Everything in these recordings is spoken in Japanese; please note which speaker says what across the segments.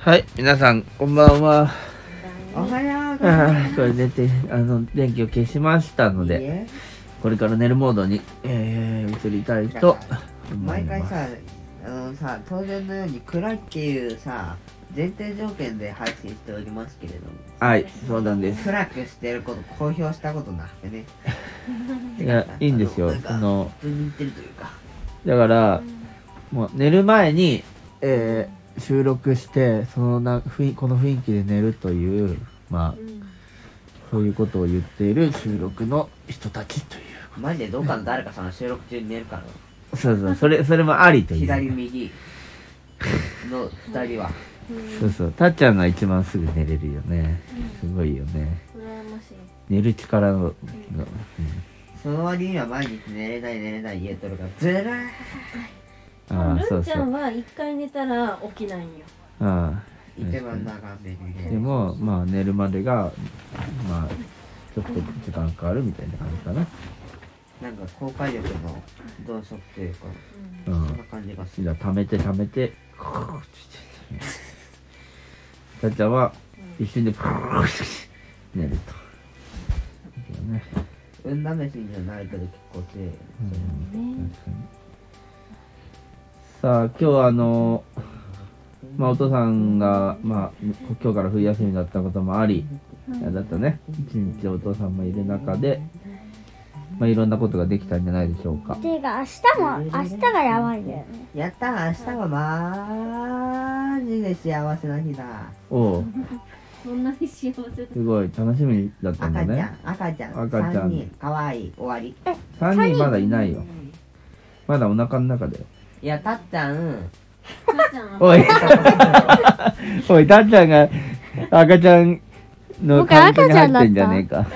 Speaker 1: はい、皆さん、こんばんは。
Speaker 2: おはようござい
Speaker 1: あ
Speaker 2: ま
Speaker 1: ーこれ出て、あの、電気を消しましたの
Speaker 2: す。いい
Speaker 1: で、
Speaker 2: え
Speaker 1: これから寝るモードに、えー移りたいと思い
Speaker 2: 毎回
Speaker 1: ます。
Speaker 2: さ、あのさ、当然のように暗いっていうさ、前提条件で配信しておりますけれども、
Speaker 1: はい、そうなんです。
Speaker 2: 暗くしてること公表したことなくてね、
Speaker 1: いや、いいんですよ
Speaker 2: なん。か
Speaker 1: あの、
Speaker 2: 普通に言ってるというか、
Speaker 1: だから、もう寝る前に、えー収録して、そのな、雰囲この雰囲気で寝るという、まあ、そういうことを言っている収録の人たちという。
Speaker 2: マジでどっかの誰かさんの収録中に寝るから、
Speaker 1: そうそう、それ、それもありという。
Speaker 2: 左右の二人は、
Speaker 1: そうそう、たっちゃんが一番すぐ寝れるよね。すごいよね。
Speaker 3: 羨ましい。
Speaker 1: 寝る力の、の
Speaker 2: その割には毎日寝れない寝れない言えとるから、ずらー
Speaker 1: うん、ああ、そ
Speaker 3: ル
Speaker 1: う
Speaker 3: ンち
Speaker 1: そ
Speaker 3: ゃん
Speaker 1: う。
Speaker 3: は一回寝たら起きないんよ。
Speaker 1: ああ
Speaker 2: 一番長めに
Speaker 1: で
Speaker 2: ね。
Speaker 1: も、まあ、寝るまでが、まあ、ちょっと時間かかるみたいな感じかな。
Speaker 2: なんか公開力の動作っていうか、
Speaker 1: う。
Speaker 2: そんなん感じがする。
Speaker 1: じゃあ、溜めて溜めて、クーッてたっちゃんは、一瞬で、クーッて寝ると。だよね。
Speaker 2: 運試しにはなるけど結構強いよねそれ
Speaker 3: ね。
Speaker 1: さあ今日はあのまあお父さんがまあ今日から冬休みだったこともあり、あれだったね一日お父さんもいる中でまあいろんなことができたんじゃないでしょうか
Speaker 4: ていうか明日も明日がやばいんだよね
Speaker 2: やったー明日はマジで幸せな日だ
Speaker 1: おおう
Speaker 3: そんなに幸せだ。
Speaker 1: すごい楽しみだったんだ
Speaker 2: 赤ちゃ
Speaker 1: ね
Speaker 2: ん赤ちゃん
Speaker 1: 赤ちゃん
Speaker 2: 3人かわいい終わり
Speaker 1: 3人まだいないよ
Speaker 3: ん
Speaker 1: まだお腹の中だよ
Speaker 2: いやたっちゃん
Speaker 3: 母ちゃんは
Speaker 1: おい おいたっちゃんが赤ちゃんの
Speaker 4: 僕
Speaker 1: 関係に入ってんじゃねえか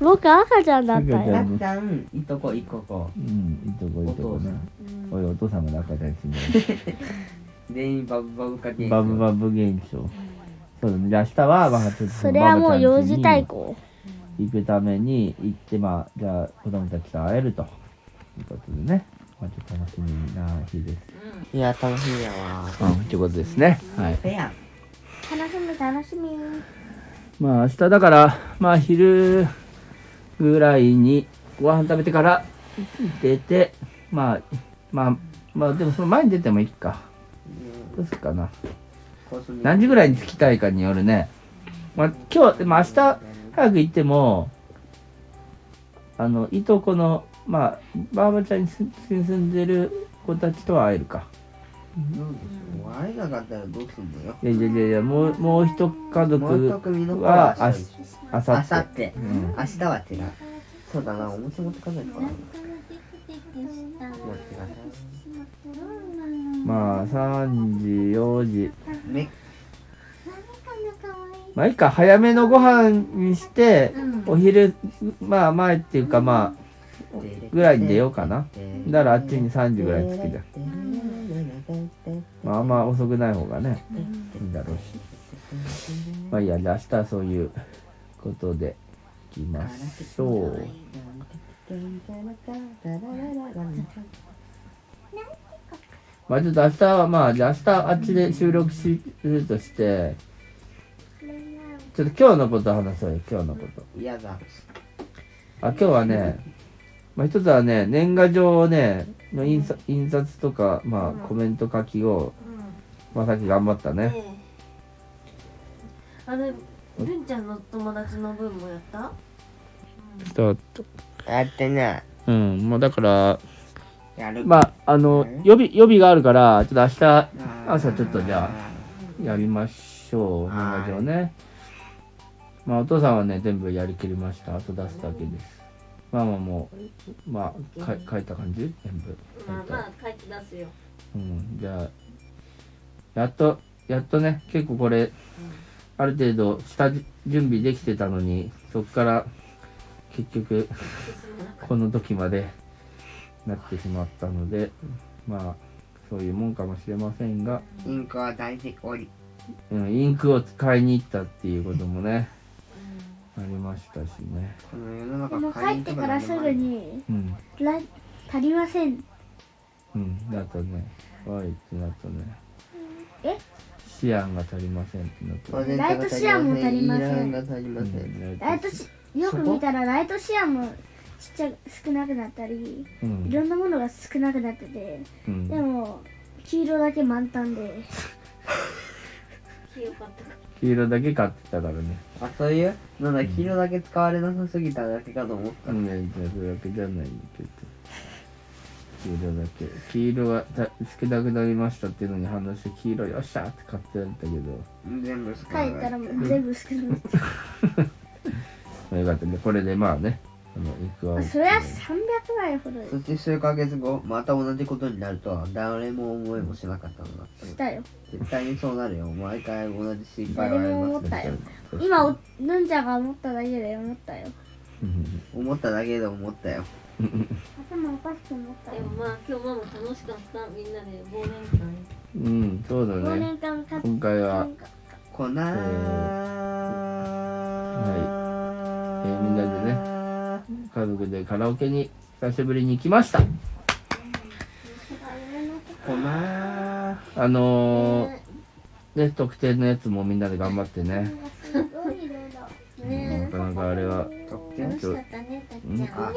Speaker 4: 僕赤ちゃんだった
Speaker 1: 赤ち
Speaker 2: た
Speaker 1: ゃ
Speaker 4: よ
Speaker 1: ん
Speaker 2: っちゃんいとこいここ
Speaker 1: うんいいとこいいとこね
Speaker 3: うん
Speaker 1: おいお父さんも赤ちゃんすんだよ
Speaker 2: 全員バブバブかけ
Speaker 1: バブバブ現象。そうだね。で明日は、まあ、ちょっと
Speaker 4: それはもう幼児対
Speaker 1: 抗
Speaker 4: 抗
Speaker 1: 行くために行って、まあ、じゃあ、子供たちと会えると。いうことでね。まあ、ちょっと楽しみな日です。
Speaker 2: いや楽しみやわ
Speaker 1: うん、ということですね。はい。
Speaker 2: ペア
Speaker 4: 楽しみ楽しみ
Speaker 1: まあ、明日だから、まあ、昼ぐらいにご飯食べてから出て、まあ、まあ、まあ、でもその前に出てもいいか。どうすっかな。
Speaker 2: コースに
Speaker 1: 何時ぐらいに着きたいかによるね。まあ、今日、でも明日、早く行ってもあのいとこのまあばあばちゃんにす住んでる子たちとは会えるか
Speaker 2: うん会えなかったらどうすんのよ
Speaker 1: いやいやいやいやもうもう一家
Speaker 2: もう一
Speaker 1: 族
Speaker 2: 組の子
Speaker 1: は
Speaker 2: は
Speaker 1: あ
Speaker 2: 明
Speaker 1: あさ
Speaker 2: 後
Speaker 1: っ
Speaker 2: 日
Speaker 1: ん
Speaker 2: 明日は違うそうだなお餅持ってかないとな持ってかない
Speaker 1: まあ3時4時
Speaker 2: め
Speaker 1: まあいいか早めのご飯にしてお昼まあ前っていうかまあぐらいに出ようかなだからあっちに3時ぐらい着くじゃんまああんま遅くない方がねいいだろうしまあいいやで明日はそういうことでいきましょうまあちょっと明日はまあじゃあ明日あっちで収録しるとしてちょっと今日のこと話そうよ今日のこと
Speaker 2: 嫌だ
Speaker 1: あ今日はね、まあ、一つはね年賀状をねの印刷印刷とかまあコメント書きをまあさっき頑張ったね
Speaker 3: ねあれ、ルンちゃんの友達の分もやった
Speaker 2: やってない
Speaker 1: うんもうだから
Speaker 2: やる
Speaker 1: まああの予備予備があるからちょっと明日朝ちょっとじゃあやりましょう年賀状ねまあお父さんはね全部やりきりましたあと出すだけですママもまあか書いた感じ全部
Speaker 3: まあまあ、書いて出すよ。
Speaker 1: うんじゃあやっとやっとね結構これある程度下準備できてたのにそっから結局この時までなってしまったのでまあそういうもんかもしれませんが
Speaker 2: インクは大事おり
Speaker 1: うんインクを使いに行ったっていうこともね、ありましたしね。
Speaker 2: この世の中
Speaker 4: でも帰ってからすぐに
Speaker 1: うん。
Speaker 4: ら足りません
Speaker 1: うん。だとね、はいってなったね。
Speaker 4: え
Speaker 1: シアンが足りませんってなって
Speaker 2: 当
Speaker 1: る
Speaker 2: 然
Speaker 4: ライトシアンも足りません
Speaker 2: イランが足りませ。
Speaker 1: うんん
Speaker 4: ライトシよく見たらライトシアンもちっちゃ少なくなったり
Speaker 1: う
Speaker 4: い
Speaker 1: ん
Speaker 4: ろんなものが少なくなってて
Speaker 1: うん
Speaker 4: でも黄色だけ満タンで
Speaker 3: 黄色かったか
Speaker 1: 黄色だけ買ってたからね
Speaker 2: あ、そういうなんだ、黄色だけ使われなさすぎただけかと思っ
Speaker 1: う
Speaker 2: た。
Speaker 1: んそれだけじゃないけど黄色だけ黄色がた少なくなりましたっていうのに反応して黄色よっしゃーって買ってやったけど
Speaker 2: 全部使
Speaker 4: 帰ったらもう全部少なくなっ
Speaker 1: よかったねこれでまあねあのイクア
Speaker 4: た
Speaker 1: を
Speaker 4: それは300枚ほど
Speaker 2: そして数ヶ月後、また同じことになるとは誰も思いもしなかったのだ。
Speaker 4: したよ
Speaker 2: 絶対にそうなるよ。毎回同じ心配は
Speaker 4: 誰
Speaker 2: あり
Speaker 4: も
Speaker 2: ま
Speaker 4: 思
Speaker 2: すね。
Speaker 4: ったよ今おヌンちゃんが思っただけで思ったよ
Speaker 1: うん
Speaker 2: 思っただけで思ったよ。
Speaker 4: 頭おかしく思った
Speaker 3: で
Speaker 4: よ
Speaker 3: もまあ今日ママ楽しかったみんなで忘年
Speaker 1: うんそうだ
Speaker 4: 忘
Speaker 1: ね
Speaker 4: 年間買っ
Speaker 1: 今回は
Speaker 2: こな
Speaker 1: え
Speaker 2: ー、は
Speaker 1: はいえーみんなでね家族でカラオケに久しぶりに行きました
Speaker 2: こなー
Speaker 1: あのーね特定のやつもみんなで頑張ってね
Speaker 4: すごい色だ
Speaker 3: 会ね
Speaker 1: なかなかあれは
Speaker 2: 得
Speaker 3: え
Speaker 2: 点
Speaker 3: 楽しかったねたっちゃん
Speaker 2: あ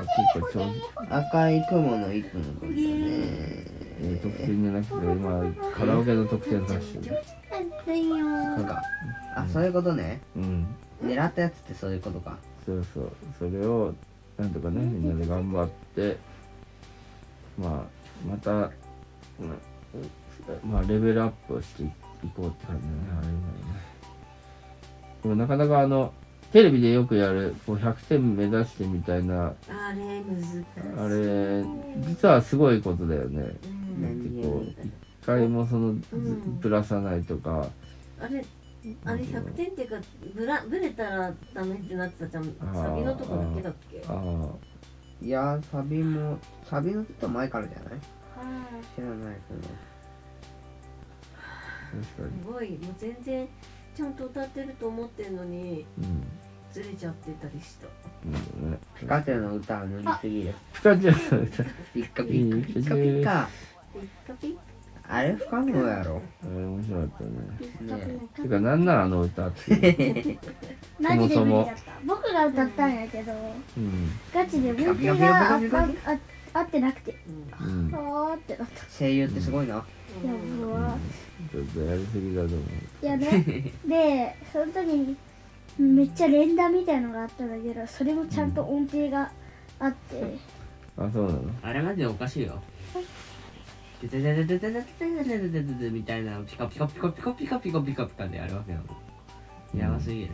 Speaker 1: 結構ちょん
Speaker 2: 赤い雲の糸のことだね
Speaker 1: えー得点じゃなくて今カラオケの得点出してる
Speaker 2: そうかあそういうことね
Speaker 1: うん
Speaker 2: 狙ったやつってそういうことか
Speaker 1: そうそうそれをなんとかねみんなで頑張ってまあまた、まあ、まあレベルアップしていこうって感じだねあれはねでもなかなかあのテレビでよくやるこう100点目指してみたいな
Speaker 3: あれ難しい
Speaker 1: あれ実はすごいことだよね
Speaker 3: うん
Speaker 1: だって
Speaker 2: 何
Speaker 1: こ
Speaker 2: よ
Speaker 1: う
Speaker 2: り
Speaker 1: 一回もそのず
Speaker 3: うん
Speaker 1: ぶらさないとか
Speaker 3: あれあれ100点っていうかぶらぶれたらダメってなってたじゃん
Speaker 1: あー
Speaker 3: サビのとこだけだっけ
Speaker 1: ああ
Speaker 2: いやーサビもサビのちょっと前からじゃない知らないけど
Speaker 1: 確か
Speaker 3: すごいもう全然ちゃんと歌ってると思ってるのに
Speaker 1: に
Speaker 3: ずれちゃってたりした
Speaker 1: うん、うんね、
Speaker 2: ピカチュウの歌は塗りすぎる
Speaker 1: ピカチュウ
Speaker 2: ピッカピッカピッカピッカ
Speaker 3: ピッカピッ
Speaker 2: あれ不可能やろ
Speaker 1: あれ面白かったね。
Speaker 2: ね
Speaker 1: てか、なんなんあの歌っていう。
Speaker 4: マジで無理だった僕が歌ったんやけど
Speaker 1: うん。
Speaker 4: ガチで文系があああ合ってなくて
Speaker 1: うん。
Speaker 4: あーってなった
Speaker 2: 声優ってすごいな
Speaker 4: や
Speaker 3: うん
Speaker 4: 僕は
Speaker 1: ちょっとやりすぎだと思う。
Speaker 4: いやねでその時にめっちゃ連打みたいのがあったんだけどそれもちゃんと音程があって、
Speaker 1: あ、そうなの
Speaker 2: あれマジでおかしいよ。てててててててててててててみたいなピカピカピカピカピカピカピカピカでやるわけなの。やばすぎる。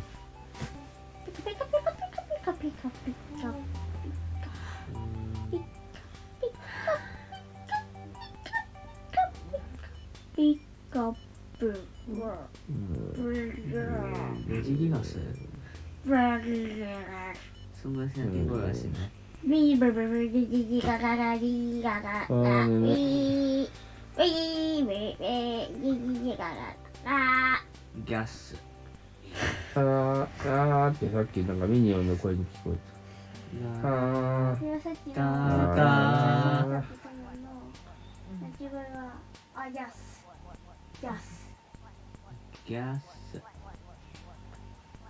Speaker 4: ピカピカピカピカピカピカ
Speaker 1: うん。
Speaker 4: ピカピカピカピカ
Speaker 2: 無事ギガス
Speaker 4: ブラギガ
Speaker 2: そんなせなきゃ声がしてない。
Speaker 4: ビーブブブギギギガガガギガガガウィーウィーウィーギギギガガガ
Speaker 2: ギャス。
Speaker 1: あー、あーってさっきなんかミニオンの声に聞こえた。
Speaker 2: ガ
Speaker 1: あー。
Speaker 4: これはさっき
Speaker 2: ガ
Speaker 4: の
Speaker 1: ー
Speaker 2: ガ
Speaker 4: 鳴き声はあヤスヤス
Speaker 2: ギャス。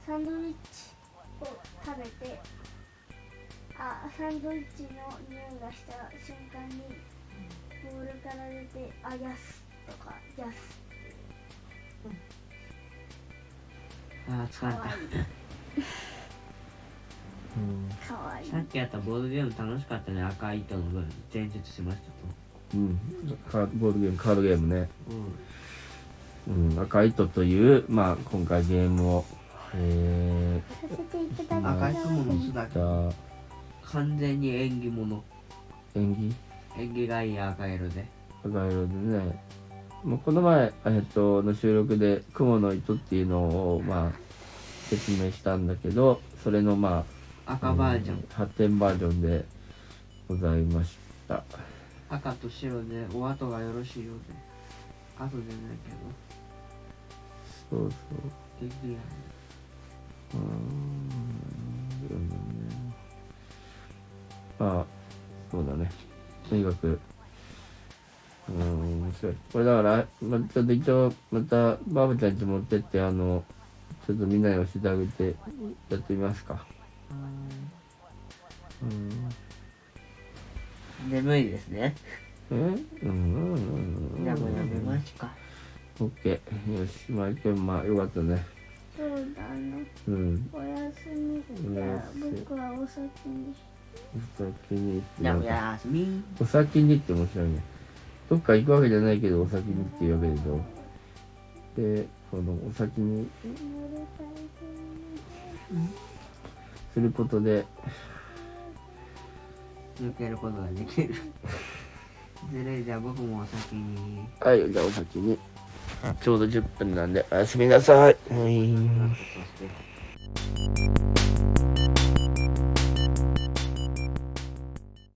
Speaker 4: サンドイッチを食べてあサンドイッチの匂いがした瞬間にボールから出てあヤスとかヤス
Speaker 2: あー疲れた。
Speaker 1: うん。
Speaker 4: かわいい
Speaker 2: さっきやったボードゲーム楽しかったね。赤い糸の分前述しました
Speaker 1: うん。カードボードゲーム、カードゲームね。
Speaker 2: と。うん。
Speaker 1: うん。赤い糸という、まあ、今回ゲームを、え
Speaker 4: させていただき
Speaker 2: 赤
Speaker 4: ま
Speaker 2: い
Speaker 4: す
Speaker 2: 雲の巣だ
Speaker 1: ー、
Speaker 2: け。
Speaker 1: じゃあ、
Speaker 2: 完全に縁起物。
Speaker 1: 演技
Speaker 2: 縁起がいい赤色で。
Speaker 1: 赤色でね、もうこの前、えっと、の収録で「雲の糸」っていうのを、まあ、説明したんだけどそれのまあ
Speaker 2: 赤バージョン。
Speaker 1: 発展バージョンでございました
Speaker 2: 赤と白でお後がよろしいようで後でないけど
Speaker 1: そうそう
Speaker 2: できるやん
Speaker 1: うーんそうだねまあそうだねとにかくうん面白いこれだからまちょっと一応またばあばちゃんち持ってってあのちょっとみんなに教えてあげてやってみますかうん
Speaker 2: 眠いですね。
Speaker 1: えうんうん
Speaker 2: じゃあもうやめ
Speaker 1: うん
Speaker 2: ますか。
Speaker 1: オッケーよしマイケンまあよかったね
Speaker 4: そうだね。
Speaker 1: うん
Speaker 4: おやすみ。じゃあ僕はお先に。
Speaker 1: お先に
Speaker 2: じゃあおやすみ。
Speaker 1: お先にって面白いねどっか行くわけじゃないけどお先にっていうわけでしょでそのお先に
Speaker 4: 濡れたいけ
Speaker 1: することで
Speaker 2: 抜けることができる。 ずるいじゃあ僕もお先に。
Speaker 1: はいじゃあお先にちょうど10分なんでおやすみなさい、はい
Speaker 2: そして